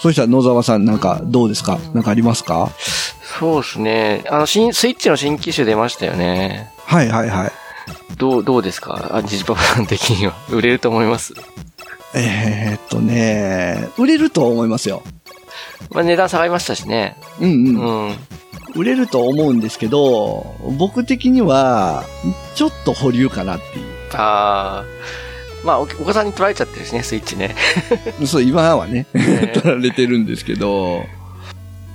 そしたら野沢さんなんかどうですかなんかありますかそうですね。あの、新、スイッチの新機種出ましたよね。はいはいはい。どう、どうですかあ、ジジパパさん的には。 売れると思います。えー、っとね、売れると思いますよ。まあ、値段下がりましたしね。うんうん。うん。売れると思うんですけど、僕的には、ちょっと保留かなっていう。あー。まあ、おお子さんに取られちゃってるしね、スイッ チね。そう、今はね、ね取られてるんですけど、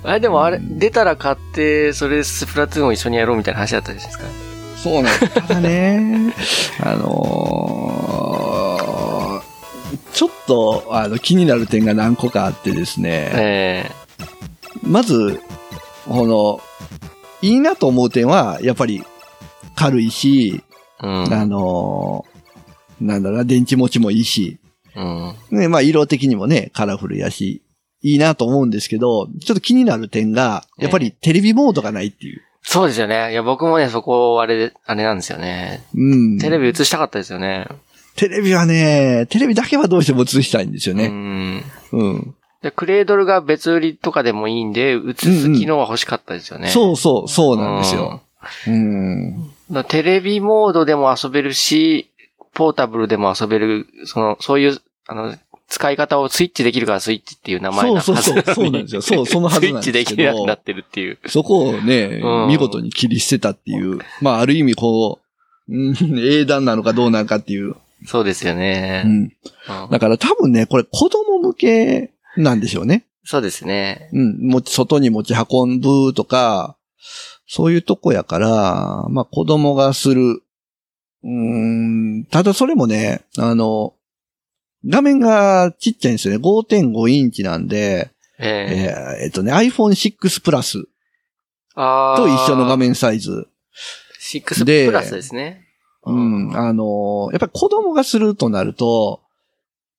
あれ、でもあれ、うん出たら買って、それスプラトゥーンを一緒にやろうみたいな話だったじゃないですか。そうなん です。ただね、あのーちょっと、あの、気になる点が何個かあってですね、えまず、この、いいなと思う点は、やっぱり、軽いし、えあのーなんだろうな、電池持ちもいいし、うん。うん。ね、まあ色的にもね、カラフルやし、いいなと思うんですけど、ちょっと気になる点が、やっぱりテレビモードがないっていう。そうですよね。いや、僕もね、そこ、あれで、あれなんですよね。うん。テレビ映したかったですよね。テレビはね、テレビだけはどうしても映したいんですようね。ん。うん。で、クレードルが別売りとかでもいいんで、映す機能は欲しかったですよね。そうそそう、そうなんですよ。。うん。だからテレビモードでも遊べるし、ポータブルでも遊べる、その、そういう、あの、使い方をスイッチできるからスイッチっていう名前なはずそうそうそうそうのになんですよそうそのはずなんですけど スイッチできるようになってるっていう。そこをね、うん見事に切り捨てたっていう、まあある意味こう、うん、英断なのかどうなのかっていう。そうですよねう。ん。うんだから多分ね、これ子供向けなんでしょうね。そうですね。うん、持ち、外に持ち運ぶとか、そういうとこやから、まあ子供がする。うーん、ただそれもね、あの、画面がちっちゃいんですよね。5.5インチなんで、ええーええっとね、iPhone6 プラスあーと一緒の画。面サイズ。 6でプラスですね。うん、あのーやっぱり子供がするとなると、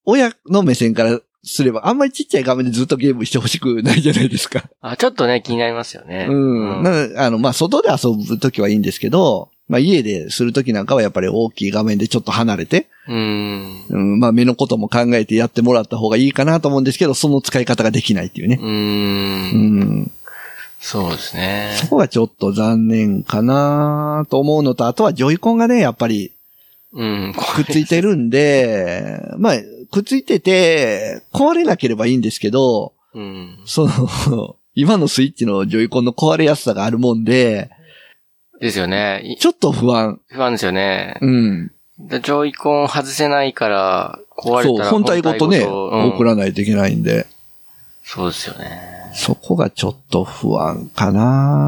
親の目線からすれば、あんまりちっちゃい画面でずっとゲームしてほしくないじゃないですか。あ、ちょっとね、気になりますよね。うん。うんなあの、まあ、外で遊ぶときはいいんですけど、まあ、家でするときなんかはやっぱり大きい画面でちょっと離れて、うん。うん、まあ、目のことも考えてやってもらった方がいいかなと思うんですけど、その使い方ができないっていうね。う。うんん。そうですね。そこがちょっと残念かなと思うのと、あとはジョイコンがね、やっぱりうん。くっついてるん で、まあ、くっついてて、壊れなければいいんですけど、うん。その、 今のスイッチのジョイコンの壊れやすさがあるもんで、ですよね。いちょっと不安。不安ですよね。うん。でジョイコン外せないから、壊れそう、たら本体ごとね、うん送らないといけないんで、そうですよね。そこがちょっと不安か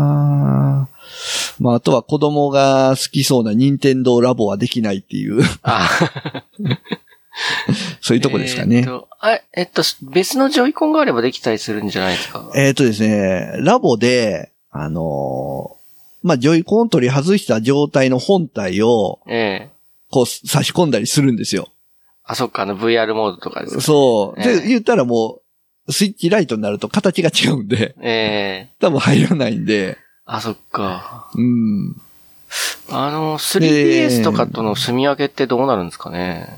なまあ、あとは子供が好きそうな任天堂ラボはできないっていう、 あ、そういうとこですかえーねっ。とあ、えっと、別のジョイコンがあればできたりするんじゃないですか。えっ、とですね、ラボで、あのーまあ、ジョイコン取り外した状態の本体を、ええこう、差し込んだりするんですよ。あ、そっか、あの VR モードとかですか。そう。えで、え言ったらもう、スイッチライトになると形が違うんで、 ええ多分入らないんで、あ、そっか。うん。あえの、え 3DS とかとの住み分けってどうなるんですかね。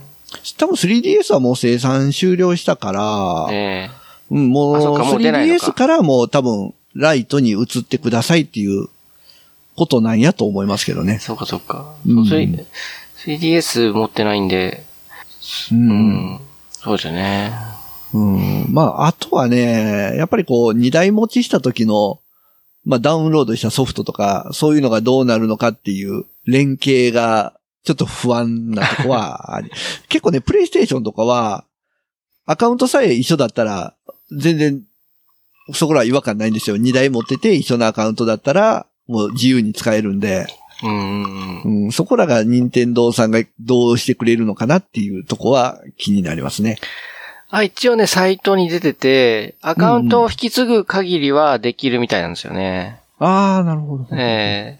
多分 3DS はもう生産終了したから、ええうん、もうあそうかもう出ないのか 3DS からもう多分ライトに移ってくださいっていうことなんやと思いますけどね。そうか、そうか。うんそうそれ 3DS 持ってないんで、う。うんん。そうですよね。うん。まあ、あとはね、やっぱりこう、二台持ちした時の、まあ、ダウンロードしたソフトとか、そういうのがどうなるのかっていう連携が、ちょっと不安なとこはあり、 結構ね、プレイステーションとかは、アカウントさえ一緒だったら、全然、そこらは違和感ないんですよ。二台持ってて一緒のアカウントだったら、もう自由に使えるんで、うんうんうん。うん、そこらが任天堂さんがどうしてくれるのかなっていうとこは気になりますね。あ、一応ね、サイトに出てて、アカウントを引き継ぐ限りはできるみたいなんですよね。ああ、なるほど。ええ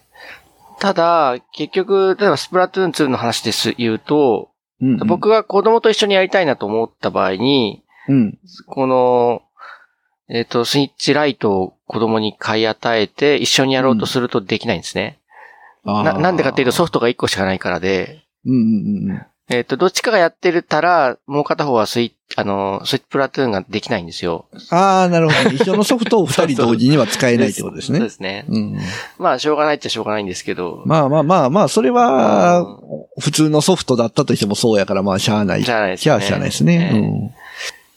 ただ、結局、例えばスプラトゥーン2の話です言うと、うんうん、僕が子供と一緒にやりたいなと思った場合に、うん。この、えっ、と、スイッチライトを子供に買い与えて、一緒にやろうとするとできないんですね。な、なんでかっていうとそソフトが1個しかないからで、うんうんうん。えっ、と、どっちかがやってるたら、もう片方はスイッチ、あの、スプラトゥーンができないんですよ。ああ、なるほど。一緒のソフトを二人同時には使えないってことですそうねで。すね。うん、まあ、しょうがないっちゃしょうがないんですけど。まあまあまあまあ、それうはん、普通のソフトだったとしてもそうやから、まあ、しゃあない。しゃあないですしゃよあねしゃあないですね。うん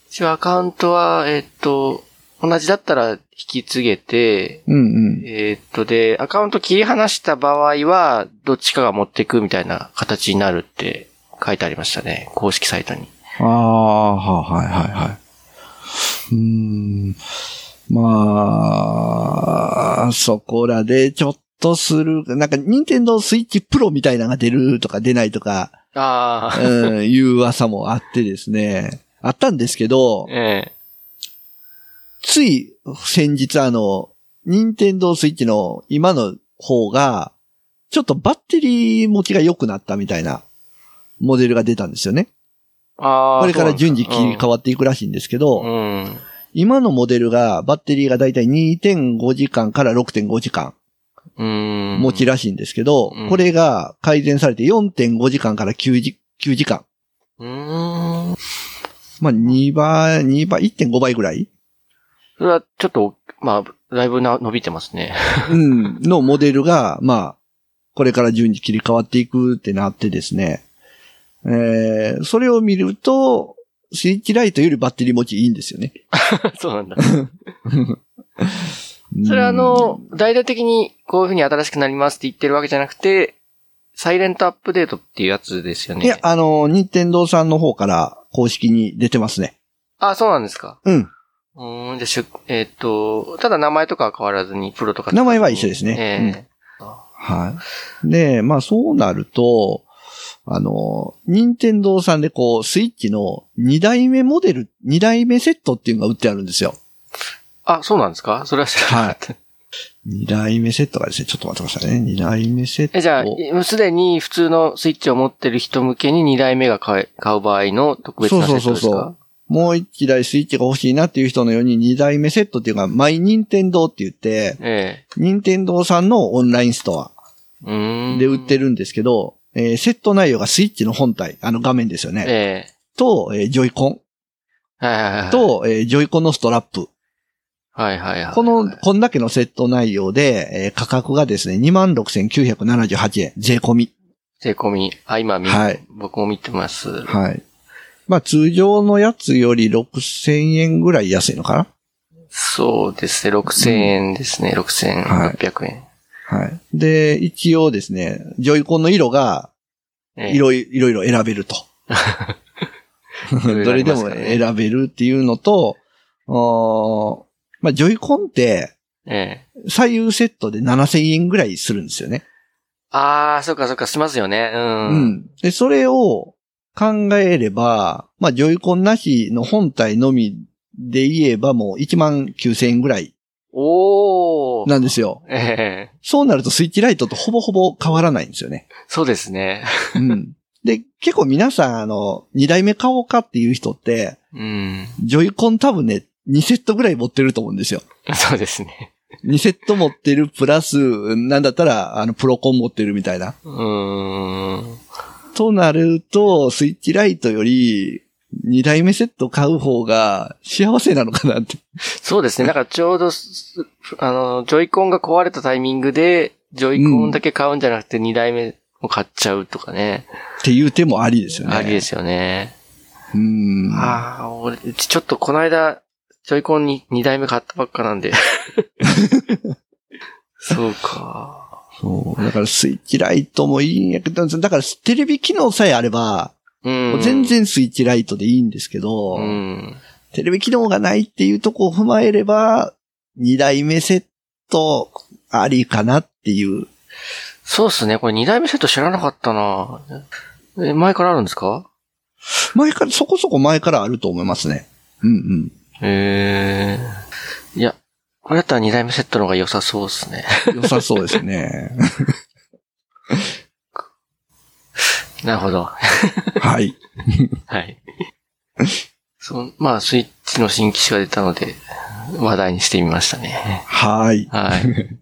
一応アカウントは、えっと、同じだったら引き継げて、うんうん。えっと、で、アカウント切り離した場合は、どっちかが持っていくみたいな形になるって書いてありましたね。公式サイトに。ああ、はいはいはい。うーん。まあ、そこらでちょっとする、なんか、任天堂スイッチプロみたいなのが出るとか出ないとか、ああ、うん、いう噂もあってですね。あったんですけど、 ええ。つい先日あの、任天堂スイッチの今の方が、ちょっとバッテリー持ちが良くなったみたいなモデルが出たんですよね。ああ。これから順次切り替わわっていくらしいんですけど、うん。今のモデルがバッテリーがだいたい2.5時間から6.5時間うん。持ちらしいんですけど、うんこれが改善されて4.5時間から9時 ,9 時間。うーん。まあ2倍、2倍、1.5倍ぐらい、それはちょっと、まあ、だいぶな伸びてますね。 うん、のモデルが、まあ、これから順次切り替わっていくってなってですね。えー、それを見ると、スイッチライトよりバッテリー持ちいいんですよね。そうなんだ。うんそれはあ、の、大々的にこういう風に新しくなりますって言ってるわけじゃなくて、サイレントアップデートっていうやつですよね。いや、あの、任天堂さんの方から公式に出てますね。あ、そうなんですか。うん。うーん、じゃあしゅ、えーっ、と、ただ名前とかは変わらずに、プロとか。名前は一緒ですねえはい。で、まあそうなると、あの、任天堂さんでこう、スイッチの2代目モデル、2代目セットっていうのが売ってあるんですよ。えあ、そうなんですかそれは知らなかった。 2代目セットがですね、ちょっと待ってくださいね。2代目セット。え、じゃあ、すでに普通のスイッチを持ってる人向けに2台目が買え買う場合の特別なセットですかそうそうそうそうもう1台スイッチが欲しいなっていう人のように2代目セットっていうのが、マイ任天堂って言って、え任天堂さんのオンラインストアえうーん。で売ってる。るんですけど、えーセット内容がスイッチの本体、あの画面ですよね。えと、えージョイコン。えはいはいはい。、と、えージョイコンのストラップ。はいはいはい。この、こんだけのセット内容で、えー価格がですね、26,978円、税込み。税込み。あ、今見、はい僕も見てます。はい。まあ、通常のやつより6,000円ぐらい安いのかそうですね、6000円ですね、6600円。なはい。で、一応ですね、ジョイコンの色が、ええいろいろ、いろいろ選べると。いろどあれりでますもからね選べるっていうのと、おーまあ、ジョイコンって、ええ。左右セットで7,000円ぐらいするんですよね。ああ、そっかそっか、しますよね。うん。うん。で、それを考えれば、まあ、ジョイコンなしの本体のみで言えばもう1万9000円ぐらいおー。なんですよ。ええそうなるとスイッチライトとほぼほぼ変わらないんですよね。そうですね。うん。で、結構皆さん、あの、2代目買おうかっていう人って、うん。ジョイコン多分ね、2セットぐらい持ってると思うんですよ。そうですね。 2セット持ってるプラス、なんだったら、あの、プロコン持ってるみたいな。うーん。となると、スイッチライトより、二代目セット買う方が幸せなのかなって。そうですね。なんかちょうどす、あの、ジョイコンが壊れたタイミングで、ジョイコンだけ買うんじゃなくて2台目を買っちゃうとかね。っていう手もありですよね。ありですよね。うん。ああ、俺、うちちょっとこの間、ジョイコンに2台目買ったばっかな んで。そうか。そう。だからスイッチライトもいいんやけど、だからテレビ機能さえあれば、うん。全。然スイッチライトでいいんですけど、うん。テレビ機能がないっていうとこを踏まえれば、二代目セットありかなっていう。そうっすね。これ2台目セット知らなかったな。え、前からあるんですか前から、そこそこ前からあると思いますね。うんうん。ええいや、これだったら2台目セットの方が良さそうですね。良さそうですね。 なるほど。はい。はい。そう、まあ、スイッチの新機種が出たので、話題にしてみましたね。はい。 はい。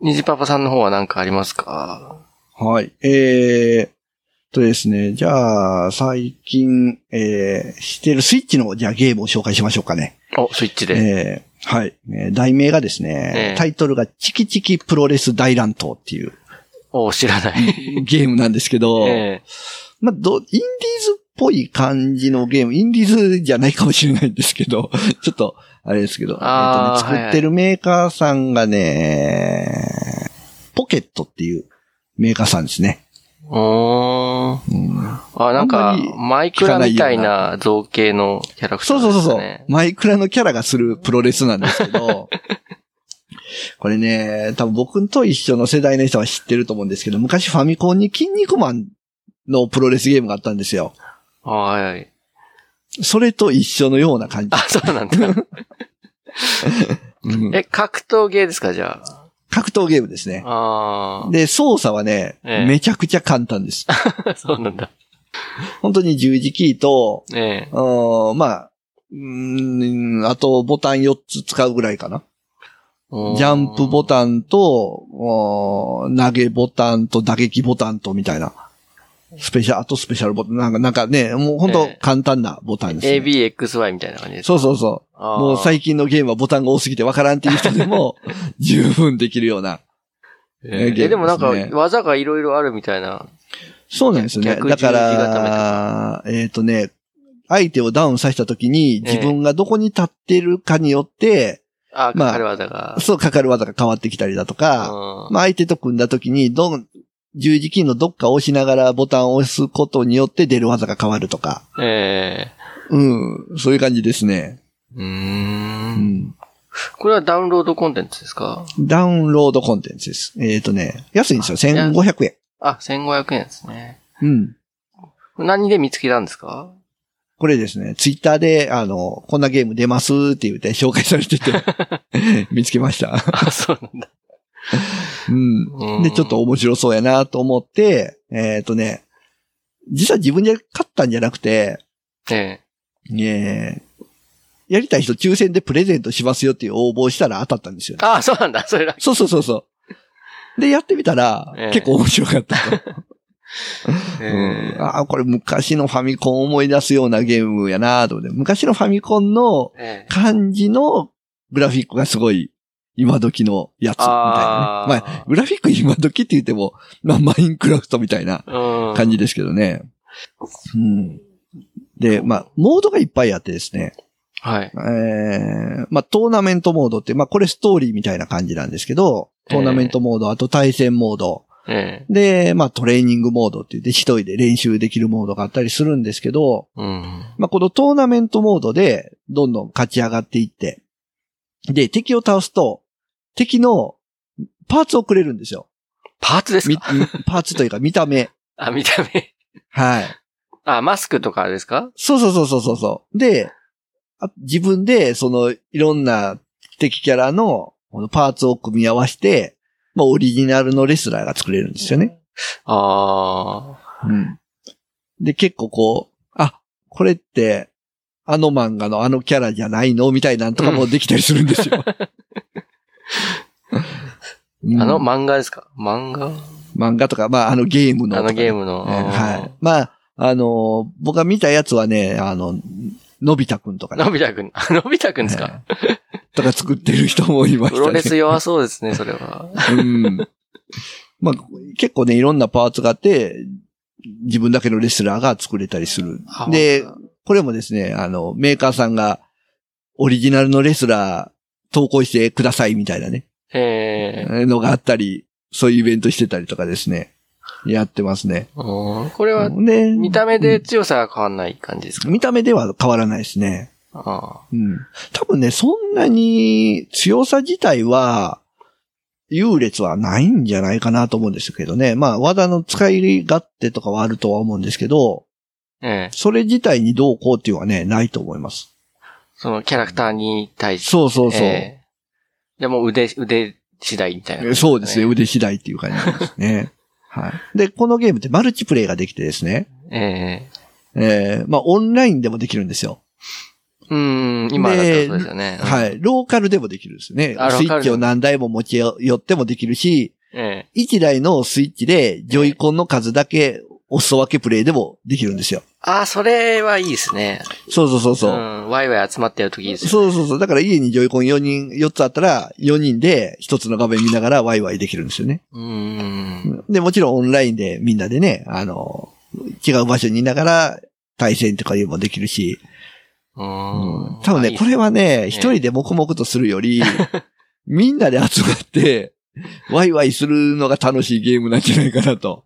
ニジパパさんの方は何かありますかはい。えー、とですね、じゃあ、最近、えー、してるスイッチの、じゃあゲームを紹介しましょうかね。お、スイッチで。えー、はい。えー題名がですね、ええタイトルがチキチキプロレス大乱闘っていうお、知らない。ゲームなんですけど、ええまあ、ど、インディーズっぽい感じのゲーム、インディーズじゃないかもしれないんですけど、 ちょっと、あれですけど、えあーっとね作ってるメーカーさんがね、ポケットっていうメーカーさんですね。おー。うんあ、なんあかんまり、マイクラみたいな造形のキャラクタそーうでそうそす、ね。うそう、マイクラのキャラがするプロレスなんですけど、これね、多分僕と一緒の世代の人は知ってると思うんですけど、昔ファミコンに筋肉マンのプロレスゲームがあったんですよ。あはいはい。それと一緒のような感じあ、。そうな んだ。うんえ、格闘ゲーですか、じゃあ。格闘ゲームですね。あで、操作はね、ええめちゃくちゃ簡単 です。あ、そうなんだ。本当に十字キーと、ええ。うんまあ、うーんあとボタン4つ使うぐらいかな。おージャンプボタンと、おー投げボタンと打撃ボタンとみたいな。スペシャル、あとスペシャルボタン。なんかなんかね、もう本当ええ簡単なボタンです、ね ABXY みたいな感じです。そうそうそう。もう近、最近のゲームはボタンが多すぎてわからんっていう人で も十分できるような。えゲームですねでもなんか、技がいろいろあるみたいな。そうなんですよね。逆だか十字固めら、えっ、とね、相手をダウンさせた時にええ自分がどこに立ってるかによって、あ、まあかかる技が。そうかかる技が変わってきたりだとか、うんまあ相手と組んだ時に、どん、十字キーのどっかを押しながらボタンを押すことによって出る技が変わるとか、えうん、そういう感じですね。えうー。うんん。これはダウンロードコンテンツですかダウンロードコンテンツです。えっ、とね、安いんですよ。1500円。あ、1500円ですね。うん。何で見つけたんです かこれですね、ツイッターで、あの、こんなゲーム出ますって言って紹介され てて、見つけました。あ、そうなんだ。うん。うんで、ちょっと、面白そうやなと思って、えっ、とね、実は自分で買ったんじゃなくて、ええーやりたい人抽選でプレゼントしますよっていう応募をしたら当たったんですよえ。。あ、そうなんだ。それだ。そうそうそうそう。で、やってみたら、ええ結構面白かったと。 えうんえああ、これ昔のファミコンを思い出すようなゲームやなと思って、昔のファミコンのええ感じのグラフィックがすごい今時のやつみたいなあね。まあ、グラフィック今時って言っても、まあ、マインクラフトみたいなあ感じですけどね。うん。で、まあ、モードがいっぱいあってですね。はい。えー、まあ、トーナメントモードって、まあ、これストーリーみたいな感じなんですけど、トーナメントモード、あと対戦モード、ええで、まあ、トレーニングモードって言って、一人で練習できるモードがあったりするんですけど、うん。まあ、このトーナメントモードで、どんどん勝ち上がっていって、で、敵を倒すと、敵のパーツをくれるんですよ。パーツです みかパーツというか見た目。あ、見た目。はい。あ、マスクとかですかそうそうそうそうそうそう。で、あ自分で、その、いろんな敵キャラのこのパーツを組み合わせて、まあ、オリジナルのレスラーが作れるんですよね。ああ。うん。で、結構こう、あ、これって、あの漫画のあのキャラじゃないのみたいなんとかもできたりするんですよ。うんあの漫画ですか漫画漫画とか、まあ、あのゲームのあとかね、のゲームの。えーはい。まあ、あのー僕が見たやつはね、あの、のび太くんとかねのび太くん、あのび太くんですか、えー とか作ってる人もいましたプね。ロレス弱そうですね、それは。うん。まあ、結構ね、いろんなパーツがあって、自分だけのレスラーが作れたりする。で、これもですね、あの、メーカーさんが、オリジナルのレスラー投稿してくださいみたいなね、ええのがあったり、そういうイベントしてたりとかですね、やってますね。うんこれは、で、見た目で強さが変わんない感じですか、見た目では変わらないですね。あうん。多分ね、そんなに強さ自体は、優劣はないんじゃないかなと思うんですけどね。まあ、技の使い勝手とかはあるとは思うんですけど、あええそれ自体にどうこうっていうのはね、ないと思います。そのキャラクターに対して。そうそうそう。ええでも腕、腕次第みたいな、えそうですね。ね。腕次第っていう感じなんです ね。はい。で、このゲームってマルチプレイができてですね、ええー、まあ、オンラインでもできるんですよ。えうん、今だったらそうですよね。。はいい。ローカルでもできるんですよねあ。ロスーイカッルチでもを何台も持ち寄ってもできるし、ええ一台のスイッチでジョイコンの数だけお裾分けプレイでもできるんですよ。ああ、それはいいですね。そうそうそうそう。ん。ワイワイ集まってやるときいいですよ。そうそうそう。だから家にジョイコン4人、4つあったら、4人で1つの画面見ながらワイワイできるんですよね。うーん。で、もちろんオンラインでみんなでね、あの、違う場所にいながら対戦とかいうのもできるし、ううんん。多分あいね、いこれはね、一人で黙々とするよ り、みんなで集まって、ワイワイするのが楽しいゲームなんじゃないかなと。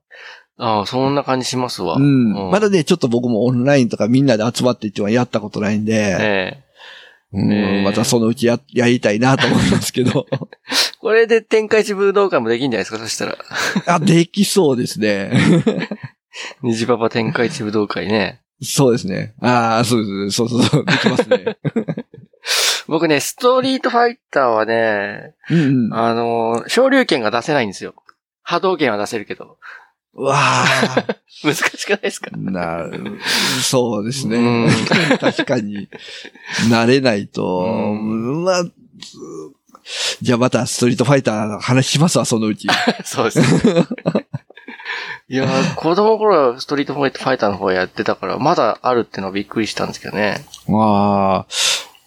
ああ、そんな感じしますわ。うん。まだね、ね、ちょっと僕もオンラインとかみんなで集まってっていうのはやったことないんで、えうねんえまたそのうちや、やりたいなと思いますけ ど。えこれで展開地武道館もできんじゃないですか、そしたら。あ、できそうですね。 虹パパ展開地武道会ね。そうですね。ああ、そうです。そうそうそう。できます ね。僕ね、ストリートファイターはね、うん、うん。あのー、昇竜拳が出せないんですよ。波動拳は出せるけど。うわあ。難しくないですかな、そうですうねん。 確かに、慣れないと、うまあ、じゃあまたストリートファイターの話しますわ、そのうち。 そうですね。いやー、子供の頃はストリートファイターの方やってたから、まだあるってのはびっくりしたんですけどね。まあ、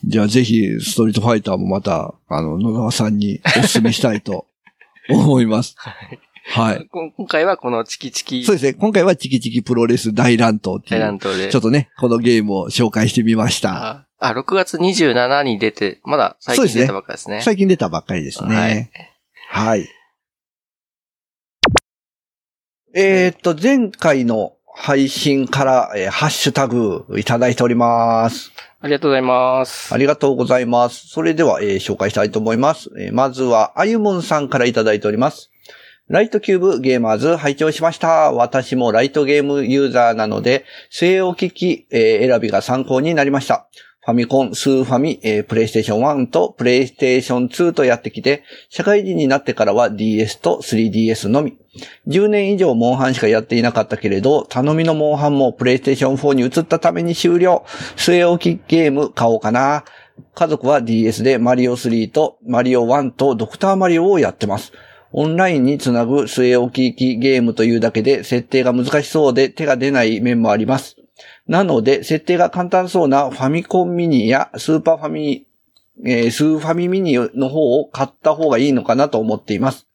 じゃあぜひストリートファイターもまた、あの、野川さんにお勧めしたいと思います。はい。こ今回はこのチキチキそうですね。今回はチキチキプロレス大乱闘っていペラうン、トで。ちょっとね、このゲームを紹介してみました。あ、あ6月27に出て、まだ最そう近ですね出たばっかですね。最近出たばっかりですね。はい。えーっと、前回の配信から、えーハッシュタグいただいております。ありがとうございます。ありがとうございます。それでは、えー紹介したいと思います。えーまずは、あゆむんさんからいただいております。ライトキューブゲーマーズ拝聴しました。私もライトゲームユーザーなので、末を聞き、えー選びが参考になりました。ファミコン、スーファミ、えープレイステーション1とプレイステーション2とやってきて、社会人になってからは DS と 3DS のみ。10年以上モンハンしかやっていなかったけれど、頼みのモンハンもプレイステーション4に移ったために終了。末置きゲーム買おうかな。家族は DS でマリオ3とマリオ1とドクターマリオをやってます。オンラインにつなぐ末置きゲームというだけで設定が難しそうで手が出ない面もあります。なので、設定が簡単そうなファミコンミニやスーパーファミ、えースーファミミニの方を買った方がいいのかなと思っています。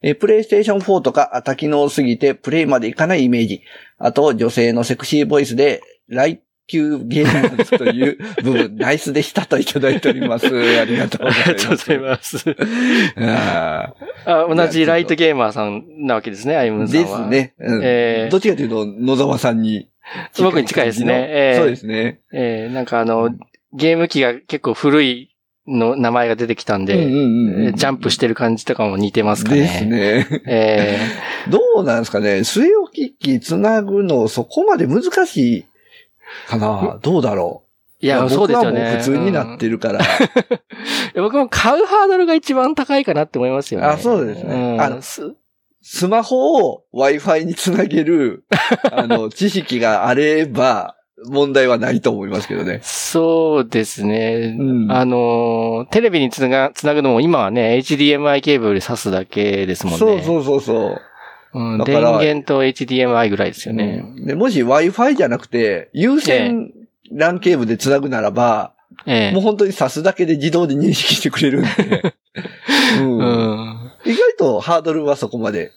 えープレイステーション4とか多機能すぎてプレイまでいかないイメージ。あと、女性のセクシーボイスで、来級ゲームという部分、 ナイスでしたといただいております。ありがとうあございりがます。とうございます。ああ同じライトゲーマーさんなわけですね、アイームンさんでは。す。ね。うんえーどっちかというと、野沢さんに。すごく近いですねえーそうですね。えーなんかあの、ゲーム機が結構古いの名前が出てきたんで、えージャンプしてる感じとかも似てますかね。ですね。 えどうなんですかね末置き機つなぐのそこまで難しいかなどうだろうーいいや、そうですよ僕ね。はもう普通になってるから。うんいや僕も買うハードルが一番高いかなって思いますよね。あそうですねんあのすスマホを Wi-Fi につなげ る、あの、知識があれば問題はないと思いますけどね。そうですね。うん。あのーテレビにつなが、つなぐのも今はね、HDMI ケーブル挿すだけですもんね。そうそうそうそう。うんだか電ら源と HDMI ぐらいですよね。うんでもし Wi-Fi じゃなくて、有線 LAN ケーブルで繋ぐならば、ええもう本当に挿すだけで自動で認識してくれるん で。うんうん意外とハードルはそこまで。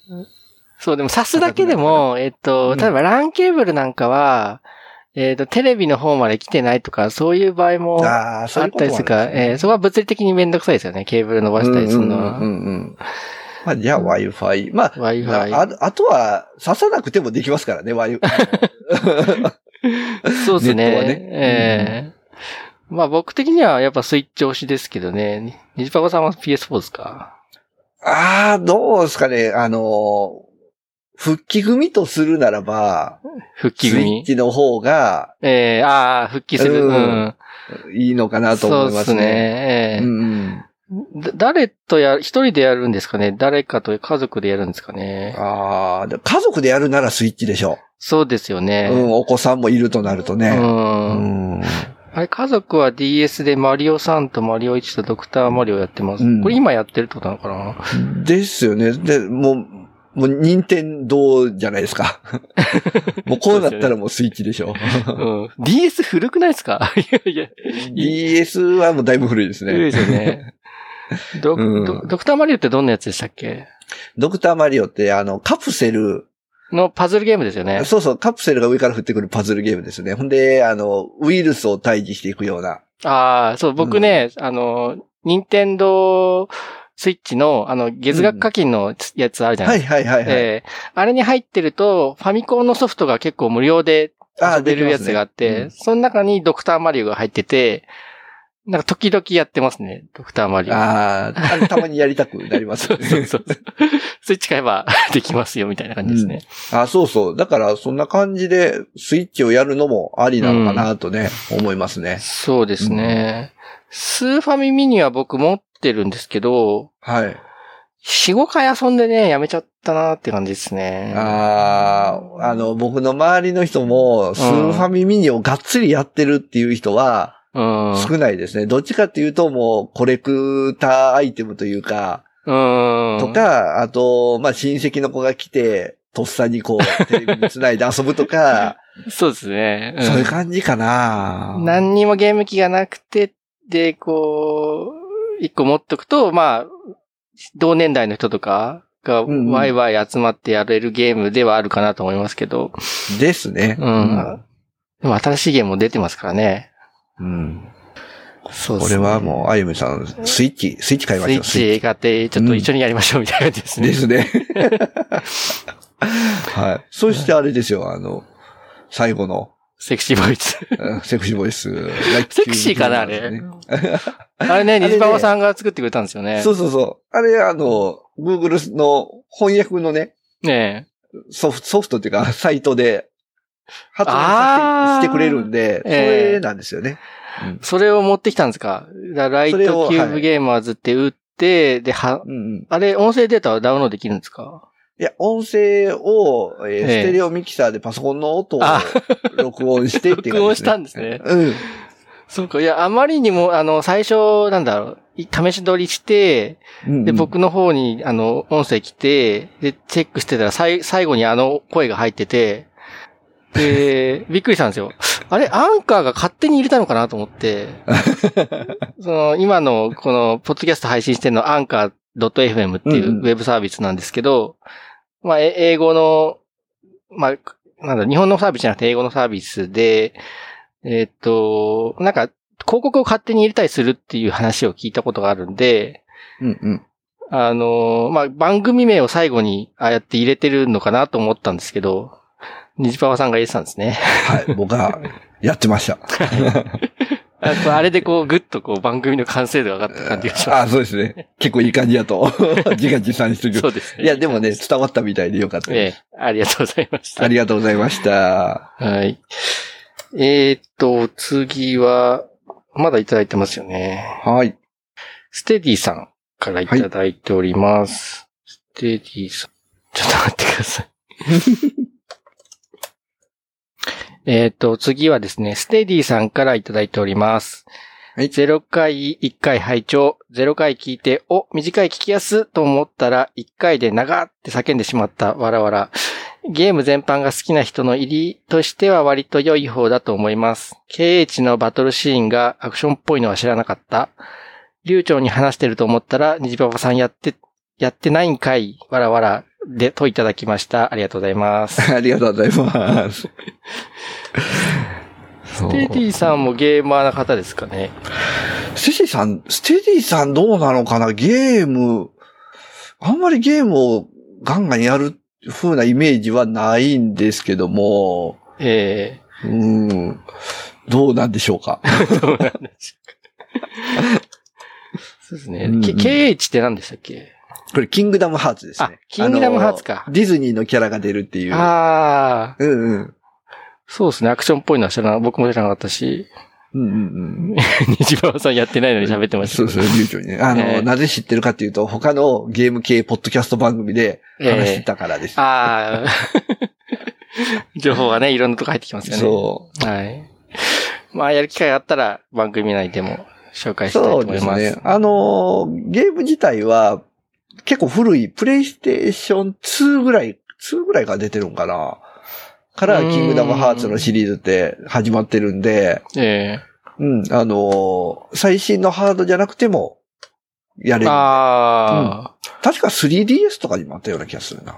そう、でも挿すだけでも、えっと、うん例えば LAN ケーブルなんかは、えっと、テレビの方まで来てないとか、そういう場合もあああ、そういうっことたりもあするんでから、すねええそこは物理的にめんどくさいですよね。ケーブル伸ばしたりするのうんうは。んうんうんまあ、じゃあ Wi-Fi。まあ、まあ Wi-Fi。ああとは、刺さなくてもできますからね、Wi-Fi。 ネッそうですね。トはねええまあ僕的にはやっぱスイッチ推しですけどね。にじぱこさんは PS4 ですかああ、どうですかね、あのー、復帰組とするならば、復ス帰イ組ッ。チの方がええああ、復帰する。ううんん。いいのかなと思いますそうですね。ね。ええうんうんだ誰とや、一人でやるんですかね誰かと家族でやるんですかねああ、で家族でやるならスイッチでしょそうですよう。ね。うん、お子さんもいるとなるとう。ね。うんん。あれ、家族は DS でマリオ3とマリオ1とドクターマリオやってます。うんこれ今やってるってことなのかなですよね。で、もう、もう任天堂じゃないです か。もうこうなったらもうスイッチでしょ。うん。DS 古くないですか いやいや、 DS はもうだいぶ古いです古いでね。すよ ね。ドうんドドクターマリオってどんなやつでしたっけドクターマリオってあの、カプセル、のパズルゲームですよね。そうそう、カプセルが上から降ってくるパズルゲームですね。ほんで、あの、ウイルスを退治していくような。ああ、そう、僕ね、あの、任天堂スイッチの、あの、月額課金のやつあるじゃなはいいですはいはいか。はい。えーあれに入ってると、ファミコンのソフトが結構無料であ遊べるやつがあっできて、ますねその中にドクターマリオが入ってて、なんか時々やってますね、ドクターマリうんオ。あーあれ、たまにやりたくなります そようそうね。 そう。スイッチ買えばできますよ、みたいな感じですね。あ、そうそう。だから、そんな感じで、スイッチをやるのもありなのかなとね、思いますね。そうですね。スーファミミニは僕持ってるんですけど、はい。 4、5回遊んでね、やめちゃったなって感じですね。ああ、あの、僕の周りの人も、スーファミミニをがっつりやってるっていう人はうん。う少ないですね。どっちかっていうと、もう、コレクターアイテムというか、ん。とか、あと、まあ、親戚の子が来て、とっさにこ う、テレビに繋いで遊ぶとか、そうですね。うんそういう感じかな。何にもゲーム機がなくて、で、こう、一個持っとくと、まあ、同年代の人とかがうんうんワイワイ集まってやれるゲームではあるかなと思いますけど、ですね。うんでも新しいゲームも出てますからね。うん。そうでこすれね。はもう、あゆみさん、スイッチ、スイッチ買いまスしイょッう。スイッチ買って、ちょっと一緒にやりましょうみたいな感じですチ。ね。ですね。はい。そしてあれですよ、あの、最後の、セクシーボ イス。うんセクシーボイス。セクシーかな、あれ。あれね、れねニジパパさんが作ってくれたんですよね。そうそうそう。あれ、あの、Google の翻訳のね、ねソフト、ソフトっていうか、サイトで、発音さあせーてしてくれるんで、そええれなんですよね。え。それを持ってきたんですか。だライそトれをキューはブいゲーマーズって打って、で、は、うんうん。あれ、音声データはダウンロードできるんですかいや、音声を、えーええステレオミキサーでパソコンの音をあ録音してっていう感じです、 録音したんですねうん。そうか。いや、あまりにも、あの、最初、なんだろう、い試し撮りして、うんうんで、、僕の方に、あの、音声来て、で、チェックしてたら、さい最後にあの声が入ってて、 で、びっくりしたんですよ。あれ、アンカーが勝手に入れたのかなと 思って、その、今の、この、ポッドキャスト配信してるのアンカー .fm っていうううんうんウェブサービスなんですけど、まあ、え英語の、まあ、なんだ、日本のサービスじゃなくて英語のサービスで、えーっと、なんか、広告を勝手に入れたりするっていう話を聞いたことがあるんで、うんうん。あのーまあ、番組名を最後に、ああやって入れてるのかなと思ったんですけど、ニジパパさんが入れてたんですね。はい、 僕は、やってました。あこう あれでこう、ぐっとこう、番組の完成度が上がった感じがしまあ、そうですね。結構いい感じやと。 自画自賛してす。るそ。うですね。いや、でもね、伝わったみたいでよかったでえす。え、ありがとうございました。ありがとうございました。はい。えーっと、次は、まだいただいてますよね。はい。 ステディさんからいただいております。ステディさん。ちょっと待ってください。えっと、次はですね、ステディさんからいただいております。はい0回1回拝聴0回聞いて、お、短い聞きやすと思ったら、1回で長って叫んでしまった、わらわら。ゲーム全般が好きな人の入りとしては割と良い方だと思います。経営地のバトルシーンがアクションっぽいのは知らなかった。流暢に話してると思ったら、にじぱぱさんやって、やってないんかい、わらわら、で、といただきました。ありがとうございます。ありがとうございます。ステディさんもゲーマーな方ですかね。ステディさん、ステディさんどうなのかなゲーム、あんまりゲームをガンガンやる風なイメージはないんですけども、えうーん、どうなんでしょうか。えどうなんでしょうか。そうですねうんうん。け経営地って何でしたっけこれ、キングダムハーツですね。あキングダムハーツかあのディズニーのキャラが出るっていう。ああ、うんうん。そうですね。アクションっぽいのは知らな、僕も知らなかったし、うんうんうん。 西川さんやってないのに喋って ましたけそど。うそう、流暢にね。あの、ええなぜ知ってるかっていうと、他のゲーム系ポッドキャスト番組で話してたからです。ああ、 情報がね、いろんなとこ入ってきますよね。そう。はい。まあ、やる機会があったら、番組内でも紹介したいとそう思でいすます。ね。あのー、ゲーム自体は、結構古い、プレイステーション2ぐらい、2ぐらいから出てるんかなから、うんキングダムハーツのシリーズって始まってるんで、えうん、あのー最新のハードじゃなくても、やえれる。あ確か 3DS とかにもあったような気がするな。あ。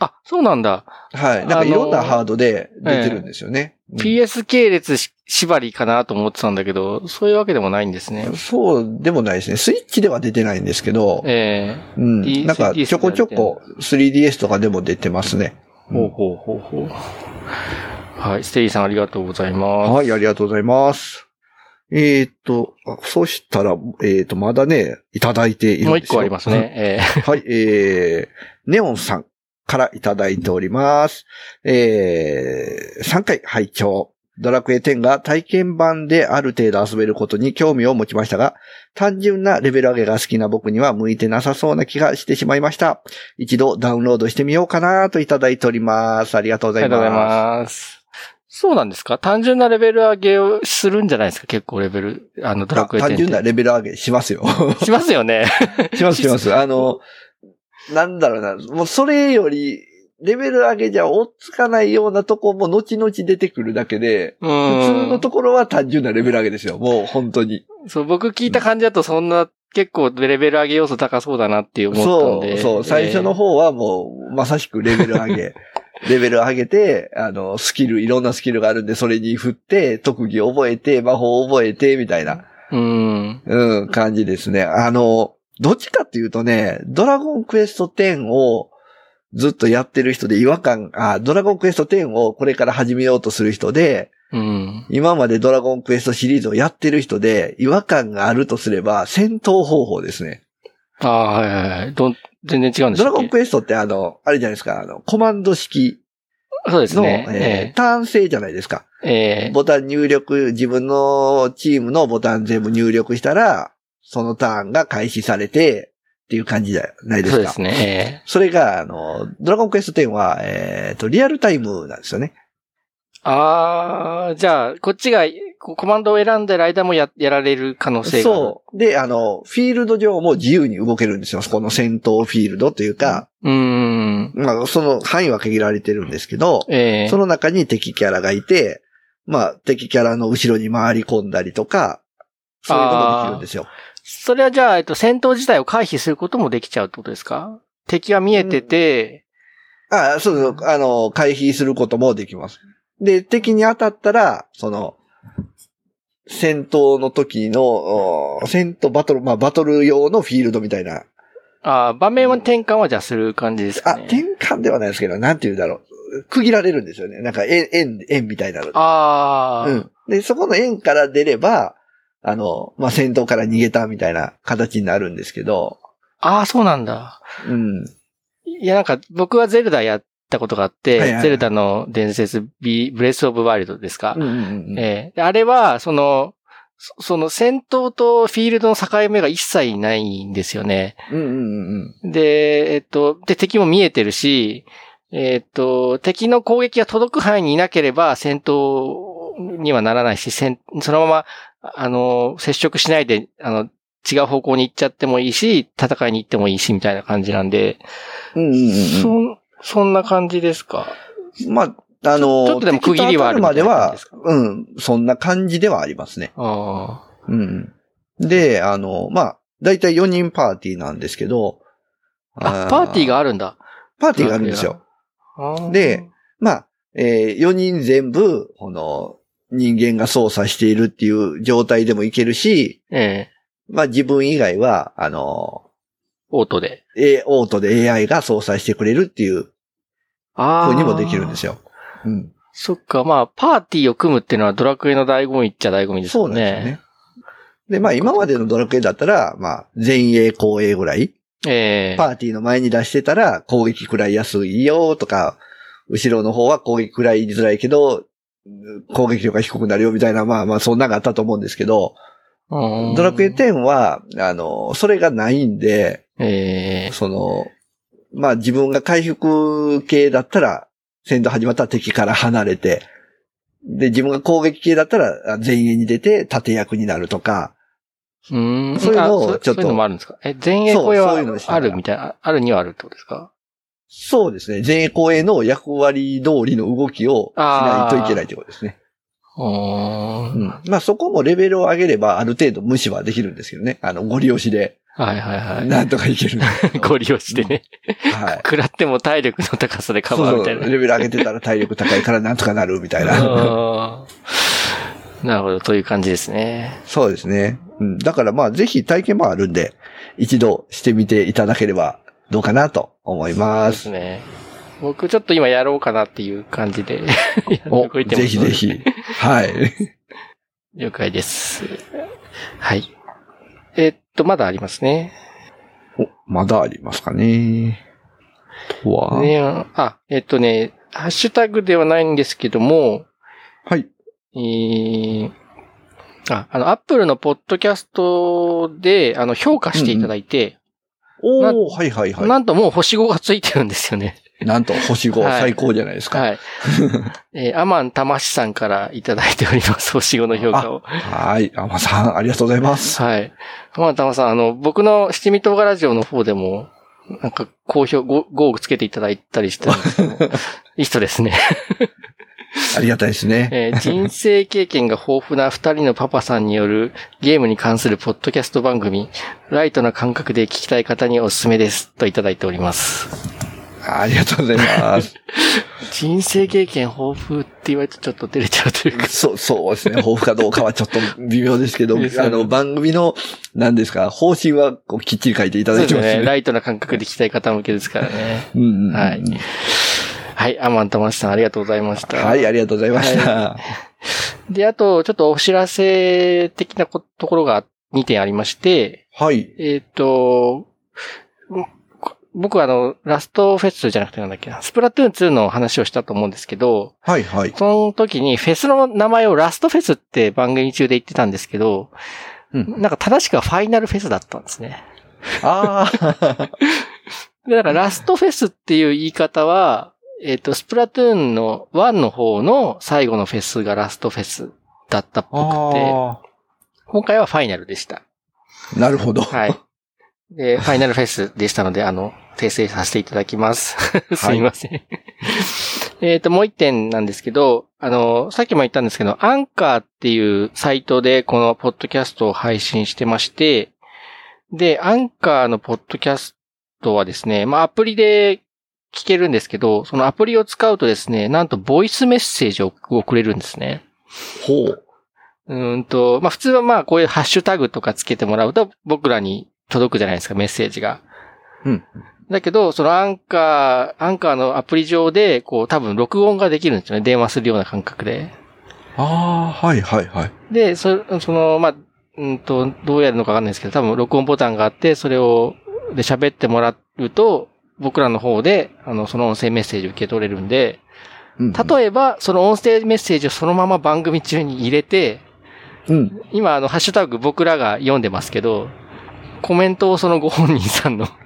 あ、そうなんだ。はい。なんかいろんなハードで出てるんですよね。うん PS 系列し縛りかなと思ってたんだけど、そういうわけでもないんですね。そうでもないですね。スイッチでは出てないんですけど、えういん。いなんか 3DS ちょこちょこ 3DS とかでも出てますね。えほうほうほうほう。はい、ステイさんありがとうございます。はい、ありがとうございます。えーっと、あそしたら、えーっと、まだね、いただいているもうんで一すよ個ありますね。え はい、えー、ネオンさんからいただいております。えー、3回拝聴。ドラクエ10が体験版である程度遊べることに興味を持ちましたが、単純なレベル上げが好きな僕には向いてなさそうな気がしてしまいました。一度ダウンロードしてみようかなといただいております。ありがとうごえざあいりがとうございまます。そうなんですか単純なレベル上げをするんじゃないですか結構レベル、あの、す。ドラクエ10っ単て。純なレベル上げしますよ。します よね。し ますします。あの、なんだろうな、もうそれより、レベル上げじゃ追っつかないようなとこも後々出てくるだけで、普普通のところは単純なレベル上げですよ。もう本当に。そう、僕聞いた感じだとそんな、結構レベル上げ要素高そうだなって思ったんそで。う、そう。最初のえ方はもう、まさしくレベル上 げ。レベル上げて、あの、スキル、いろんなスキルがあるんで、それに振って、特技覚えて、魔法覚えて、みたいな。ーうん。うん、感じですね。あの、どっちかっていうとね、ドラゴンクエスト10をずっとやってる人で違和感、あ、ドラゴンクエスト10をこれから始めようとする人で、うん。今までドラゴンクエストシリーズをやってる人で違和感があるとすれば戦闘方法ですね。ああ、はいはいはい。どん、全然違うんでドすラゴンクエストってあの、あれじゃないですか、あの、コマンド式そうですの、ね。えーターン制じゃないですか。ええボタン入力、自分のチームのボタン全部入力したら、そのターンが開始されて、っていう感じじゃないえでそうすでか。すね。ええそれが、あの、ドラゴンクエスト10は、えっ、と、リアルタイムなんですよね。ああ、じゃあ、こっちがこコマンドを選んでる間もや、やられる可能性がある。そう。で、あの、フィールド上も自由に動けるんですよ。そこの戦闘フィールドというか、う。うん。まあ、その範囲は限られてるんですけど、ええその中に敵キャラがいて、まあ、敵キャラの後ろに回り込んだりとか、そういうのもできるんですよ。それはじゃあ、えっと、戦闘自体を回避することもできちゃうってことですか敵が見えてて、あそうそう、あの、回避することもできます。で、敵に当たったら、その、戦闘の時の、お戦闘バトル、まあ、バトル用のフィールドみたいな。ああ、場面は転換はじゃあする感じですあ、かね。転換ではないですけど、なんて言うんだろう。区切られるんですよね。なんか、円、円、円みたいなので。ああ、うん。で、そこの円から出れば、あの、まあ、戦闘から逃げたみたいな形になるんですけど、ああ、そうなんだ。うん。いや、なんか、僕はゼルダやったことがあって、はいはいはいゼルダの伝説、ビブレスオブワイルドですか。うんうんうんえーであれは、その、そその戦闘とフィールドの境目が一切ないんですよね。うんうんうんで、えっと、で、敵も見えてるし、えっと、敵の攻撃が届く範囲にいなければ戦闘にはならないし、戦そのまま、あの、接触しないで、あの、違う方向に行っちゃってもいいし、戦いに行ってもいいし、みたいな感じなんで、うんうんうんうん。そん、そんな感じですかまあ、あの、ちょっとでも区切りはあるみ敵たと当たいなま感じでですかは、うん、そんな感じではありますね。ああ。うん。で、あの、まあ、だいたい4人パーティーなんですけど、あーパーティーがあるんだ。パーティーがあるんですよ。あーで、まあ、えー、4人全部、この、人間が操作しているっていう状態でもいけるし、ええまあ自分以外は、あの、オートで。 A、オートで AI が操作してくれるっていうあ風にもできるんですよ。よ。うん。そっか、まあ、パーティーを組むっていうのはドラクエの醍醐味っちゃ醍醐味ですそようね。なんですよね。で、まあ今までのドラクエだったら、まあ前衛後衛ぐらい、ええパーティーの前に出してたら攻撃食らいやすいよとか、後ろの方は攻撃食らいづらいけど、攻撃力が低くなるよみたいな、まあまあそんなのがあったと思うんですけど、うんドラクエ10は、あの、それがないんで、ええその、まあ自分が回復系だったら、戦闘始まったら敵から離れて、で、自分が攻撃系だったら、あ前衛に出て、盾役になるとか、うーん。そういうのをあそちょっとそういうのもあるんですかえ、全英公演そうそういうのでしはたあるみたいな、あるにはあるってことですかそうですね。全英公営の役割通りの動きをしないといけないということですね。うー。うんん。まあそこもレベルを上げれば、ある程度無視はできるんですけどね。あの、ご利用しで、はいはいはなんとかい けるんですけい。ど。ご利用してね。はい。食らっても体力の高さでカそうバそうーみたレいな。ベル上げてたら体力高いからなんとかなるみたいな。 あーなるほど、という感じですね。そうですね。うん。だからまあぜひ体験もあるんで、一度してみていただければどうかなと思いまですす。ね。僕ちょっと今やろうかなっていう感じで やお、動いてますぜひぜ。ひ。 はい。了解です。はい。えっと、まだありますね。お、まだありますかね。とは、ねあ、えっとね、ハッシュタグではないんですけども、はい。えー、あ、あの、アップルのポッドキャストで、あの、評価していただいて、なおー、はいはいはい。なんともう星5がついてるんですよね。なんと、星5、はい最高じゃないですか。はい。えーアマンたましさんからいただいております、星5の評価を。はい。あまさん、ありがとうございます。はい。まあ、たまさん、あの、僕の七味唐辛オの方でも、なんか、好評、ご、ごをつけていただいたりしてるんですけど、 いい人ですね。ありがたいですね。えー人生経験が豊富な二人のパパさんによるゲームに関するポッドキャスト番組、ライトな感覚で聞きたい方におすすめです、といただいております。ありがとうございます。人生経験豊富って言われてちょっと照れちゃうというか。 そう、そう ですね。抱負かどうかはちょっと微妙ですけど、ですよねあの、番組の、何ですか、方針はこうきっちり書いていたそうだいでてすますね。ね。ライトな感覚で聞きたい方向けですからね。うんうんうんはいはい、アマンたましさんありがとうございました。はい、ありがとうございました。で、あと、ちょっとお知らせ的なこところが2点ありまして、はい。えっ、と、ん僕はあの、ラストフェスじゃなくてなんだっけな、スプラトゥーン2の話をしたと思うんですけど、はい、はい。その時にフェスの名前をラストフェスって番組中で言ってたんですけど、うんなんか正しくはファイナルフェスだったんですね。ああ。で、だからラストフェスっていう言い方は、えっ、と、スプラトゥーンの1の方の最後のフェスがラストフェスだったっぽくて、あ今回はファイナルでした。ーなるほど。はい。で、ファイナルフェスでしたので、あの、訂正させていただきます。すいません。えっと、もう一点なんですけど、あの、さっきも言ったんですけど、アンカーっていうサイトでこのポッドキャストを配信してまして、で、アンカーのポッドキャストはですね、まあ、アプリで聞けるんですけど、そのアプリを使うとですね、なんとボイスメッセージを送れるんですね。ほう。うーんと、まあ普通はまあこういうハッシュタグとかつけてもらうと僕らに届くじゃないですか、メッセージが。うん。だけど、そのアンカー、アンカーのアプリ上で、こう多分録音ができるんですよね。電話するような感覚で。ああ、はい、はい、はい。で、そその、まあ、うんと、どうやるのかわかんないですけど、多分録音ボタンがあって、それを、で喋ってもらうと、僕らの方で、あの、その音声メッセージを受け取れるんで、うん例えば、その音声メッセージをそのまま番組中に入れて、うん。今、あの、ハッシュタグ僕らが読んでますけど、コメントをそのご本人さんの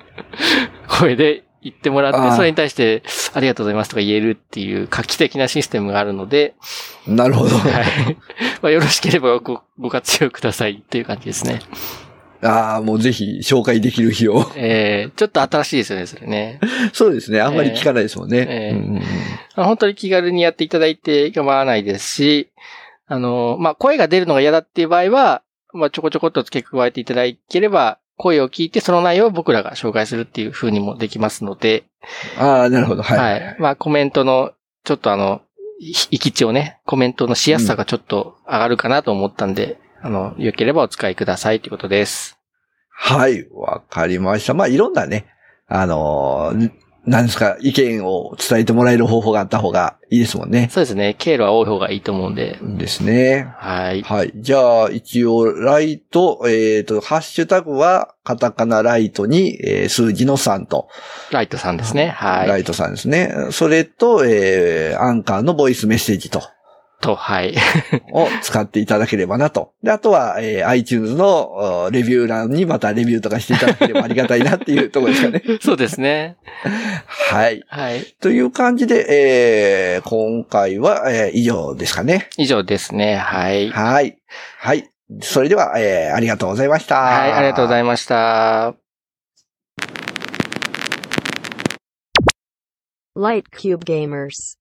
声で言ってもらっあて、ーそれに対して、ありがとうございますとか言えるっていう画期的なシステムがあるので、なるほど。はい。 まあ、よろしければごご活用くださいっていう感じですね。ああ、もうぜひ紹介できる日を。えー、ちょっと新しいですよね、それね。そうですね。あんまり聞かないですもんね。えうえんうんうんあ本当に気軽にやっていただいて構わないですし、あの、まあ、声が出るのが嫌だっていう場合は、まあ、ちょこちょこっと付け加えていただければ、声を聞いてその内容を僕らが紹介するっていう風にもできますので、ああ、なるほど。はい。はい。まあ、コメントの、ちょっとあの、い行き地をね、コメントのしやすさがちょっと上がるかなと思ったんで、あの、良ければお使いくださいということです。はい。わかりました。まあ、いろんなね、あのー、なんですか、意見を伝えてもらえる方法があった方がいいですもんね。そうですね。経路は多い方がいいと思うんで、ですね。はい。はい。じゃあ、一応、ライト、えっ、と、ハッシュタグは、カタカナライトに、えー数字の3と、ライトさんですね。はい。ライトさんですね。それと、えーアンカーのボイスメッセージと、と、はい。 を使っていただければなと。で、あとは、えー iTunes のおレビュー欄にまたレビューとかしていただければありがたいなっていうところですかね。 そうですね。はい。はい。という感じで、えー今回は、えー以上ですかね。以上ですね。はい。はい。はい。それでは、えー、ありがとうございました。はい、ありがとうございました。 Light Cube Gamers.